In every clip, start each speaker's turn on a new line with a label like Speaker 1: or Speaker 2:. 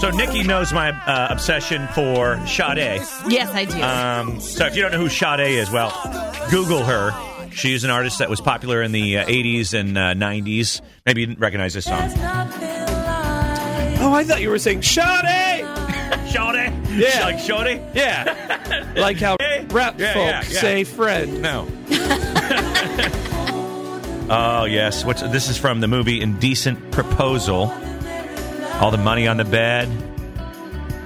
Speaker 1: So Nikki knows my uh, obsession for Sade.
Speaker 2: Yes, I do.
Speaker 1: Um, so if you don't know who Sade is, well, Google her. She's an artist that was popular in the uh, 80s and uh, 90s. Maybe you didn't recognize this song.
Speaker 3: Oh, I thought you were saying Sade.
Speaker 1: Sade?
Speaker 3: Yeah.
Speaker 1: Like Sade?
Speaker 3: Yeah, like how
Speaker 1: Yeah,
Speaker 3: rap
Speaker 1: yeah,
Speaker 3: folks
Speaker 1: yeah.
Speaker 3: say friend.
Speaker 1: No. oh yes. What's this is from the movie Indecent Proposal. All the money on the bed.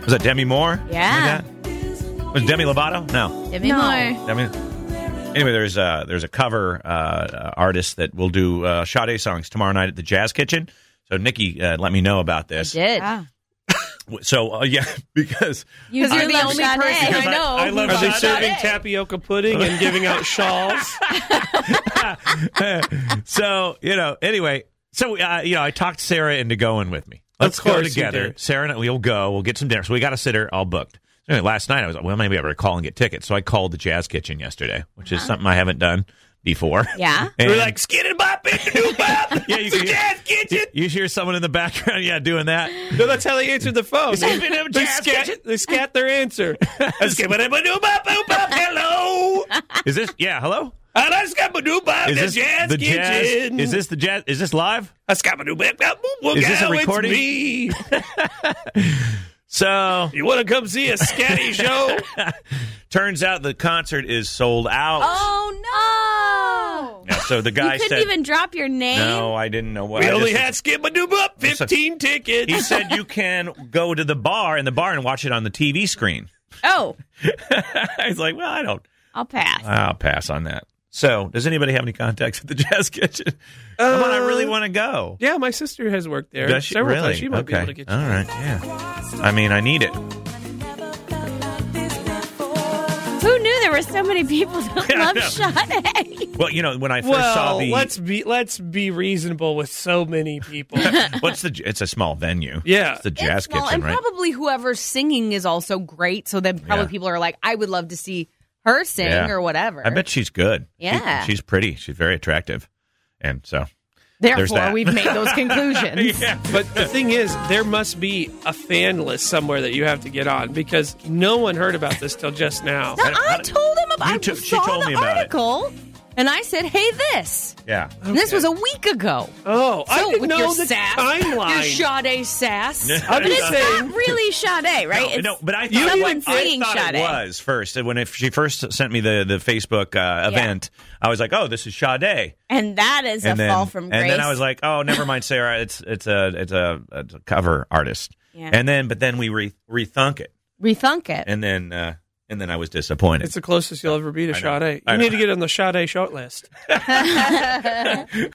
Speaker 1: Was that Demi Moore? Something
Speaker 2: Yeah.
Speaker 1: like that? Was it Demi Lovato? No.
Speaker 2: Give me more.
Speaker 1: Demi. Anyway, there's a there's a cover uh, uh, artist that will do uh, Sade songs tomorrow night at the Jazz Kitchen. So Nikki, uh, let me know about this.
Speaker 2: Did.
Speaker 4: Ah.
Speaker 1: W- So uh, yeah, because
Speaker 2: Because
Speaker 4: I
Speaker 2: you're the
Speaker 4: love
Speaker 2: only
Speaker 4: Sade.
Speaker 2: person
Speaker 4: Because
Speaker 2: I
Speaker 1: I-
Speaker 2: know.
Speaker 1: I
Speaker 2: who
Speaker 1: love
Speaker 3: Are they
Speaker 2: loves
Speaker 1: Sade.
Speaker 3: serving tapioca pudding and giving out shawls?
Speaker 1: so you know anyway so uh, you know i talked sarah into going with me let's go
Speaker 3: course you
Speaker 1: together
Speaker 3: did.
Speaker 1: sarah and I- we'll go we'll get some dinner so we got a sitter all booked so anyway, last night i was like well maybe i better call and get tickets so i called the jazz kitchen yesterday which is something i haven't done before
Speaker 2: Yeah.
Speaker 1: And-
Speaker 3: We're like skin and bop, it can do bop.
Speaker 1: yeah you,
Speaker 3: It's a
Speaker 1: can hear,
Speaker 3: jazz kitchen.
Speaker 1: you hear someone in the background yeah doing that
Speaker 3: No, that's how they answered the phone.
Speaker 1: Is it been a
Speaker 3: they,
Speaker 1: jazz
Speaker 3: scat,
Speaker 1: kitchen?
Speaker 3: they scat their answer. Skip-a-dip-a-doop-a-boop-a, Hello.
Speaker 1: is this yeah hello
Speaker 3: Ah, skip-a-doop-a,
Speaker 1: is
Speaker 3: the
Speaker 1: this
Speaker 3: jazz
Speaker 1: the jazz
Speaker 3: kitchen.
Speaker 1: is this the jazz is this live
Speaker 3: Ah, skip-a-doop-a-boop-a,
Speaker 1: Is this a
Speaker 3: gal, it's
Speaker 1: recording?
Speaker 3: me.
Speaker 1: so
Speaker 3: You want to come see a scatty show?
Speaker 1: turns out the concert is sold out
Speaker 4: Oh
Speaker 1: Yeah, so the
Speaker 4: no!
Speaker 1: guy
Speaker 4: you couldn't
Speaker 1: said
Speaker 4: even drop your name.
Speaker 1: no i didn't know what
Speaker 3: We
Speaker 1: I
Speaker 3: only
Speaker 1: just-
Speaker 3: had skip-a-doop-a,
Speaker 1: It's a-
Speaker 3: 15 tickets.
Speaker 1: He said you can go to the bar in the bar and watch it on the TV screen.
Speaker 4: Oh,
Speaker 1: I was like, well, I don't.
Speaker 4: I'll pass.
Speaker 1: I'll pass on that. So, does anybody have any contacts at the Jazz Kitchen? Come on, I really
Speaker 3: Uh,
Speaker 1: want to go.
Speaker 3: Yeah, my sister has worked there.
Speaker 1: Does she
Speaker 3: several
Speaker 1: really?
Speaker 3: times. She might
Speaker 1: okay.
Speaker 3: be able to get you.
Speaker 1: All right. Yeah. I mean, I need it.
Speaker 4: Who knew there were so many people that
Speaker 1: Yeah, I
Speaker 4: love
Speaker 1: know.
Speaker 4: Sade?
Speaker 1: Well, you know, when I first saw
Speaker 3: Well,
Speaker 1: the
Speaker 3: let's be let's be reasonable with so many people.
Speaker 1: what's the it's a small venue.
Speaker 3: Yeah.
Speaker 1: It's the Jazz
Speaker 2: Well,
Speaker 1: Kitchen,
Speaker 2: and
Speaker 1: right?
Speaker 2: probably whoever's singing is also great. So then probably
Speaker 1: Yeah.
Speaker 2: people are like, I would love to see her sing
Speaker 1: Yeah.
Speaker 2: or whatever.
Speaker 1: I bet she's good. She-
Speaker 2: Yeah.
Speaker 1: she's pretty. She's very attractive. And so, there's
Speaker 2: Therefore,
Speaker 1: that.
Speaker 2: we've made those conclusions.
Speaker 3: But the thing is, there must be a fan list somewhere that you have to get on because no one heard about this till just now.
Speaker 2: Now,
Speaker 1: I don't-
Speaker 2: I,
Speaker 1: I don't-
Speaker 2: told him about
Speaker 1: You took- she
Speaker 2: I saw
Speaker 1: told
Speaker 2: the
Speaker 1: me about it.
Speaker 2: article, and I said, "Hey, this."
Speaker 1: yeah.
Speaker 2: This was a week ago.
Speaker 3: Oh, I
Speaker 2: So,
Speaker 3: didn't
Speaker 2: with
Speaker 3: know
Speaker 2: your
Speaker 3: the
Speaker 2: sass, your
Speaker 3: timeline.
Speaker 2: Sade sass.
Speaker 3: I'm
Speaker 4: But
Speaker 3: just
Speaker 4: it's
Speaker 3: saying.
Speaker 4: not really Sade, right? It's-
Speaker 1: No, but I
Speaker 4: You
Speaker 1: thought,
Speaker 4: even
Speaker 1: what- I
Speaker 4: seeing
Speaker 1: thought it
Speaker 4: Sade.
Speaker 1: was first. When if she first sent me the the Facebook uh, event, I was like, "Oh, this is Sade,"
Speaker 4: and that is a
Speaker 1: and then
Speaker 4: fall from grace.
Speaker 1: and then I was like, "Oh, never mind, Sarah. It's it's a it's a, it's a cover artist."
Speaker 4: Yeah.
Speaker 1: And then, but then we re- rethunk it,
Speaker 2: Rethunk it.
Speaker 1: and then uh, and then I was disappointed.
Speaker 3: It's the closest you'll ever be to
Speaker 1: I know.
Speaker 3: Sade.
Speaker 1: I
Speaker 3: You need
Speaker 1: know.
Speaker 3: to get on the Sade short list.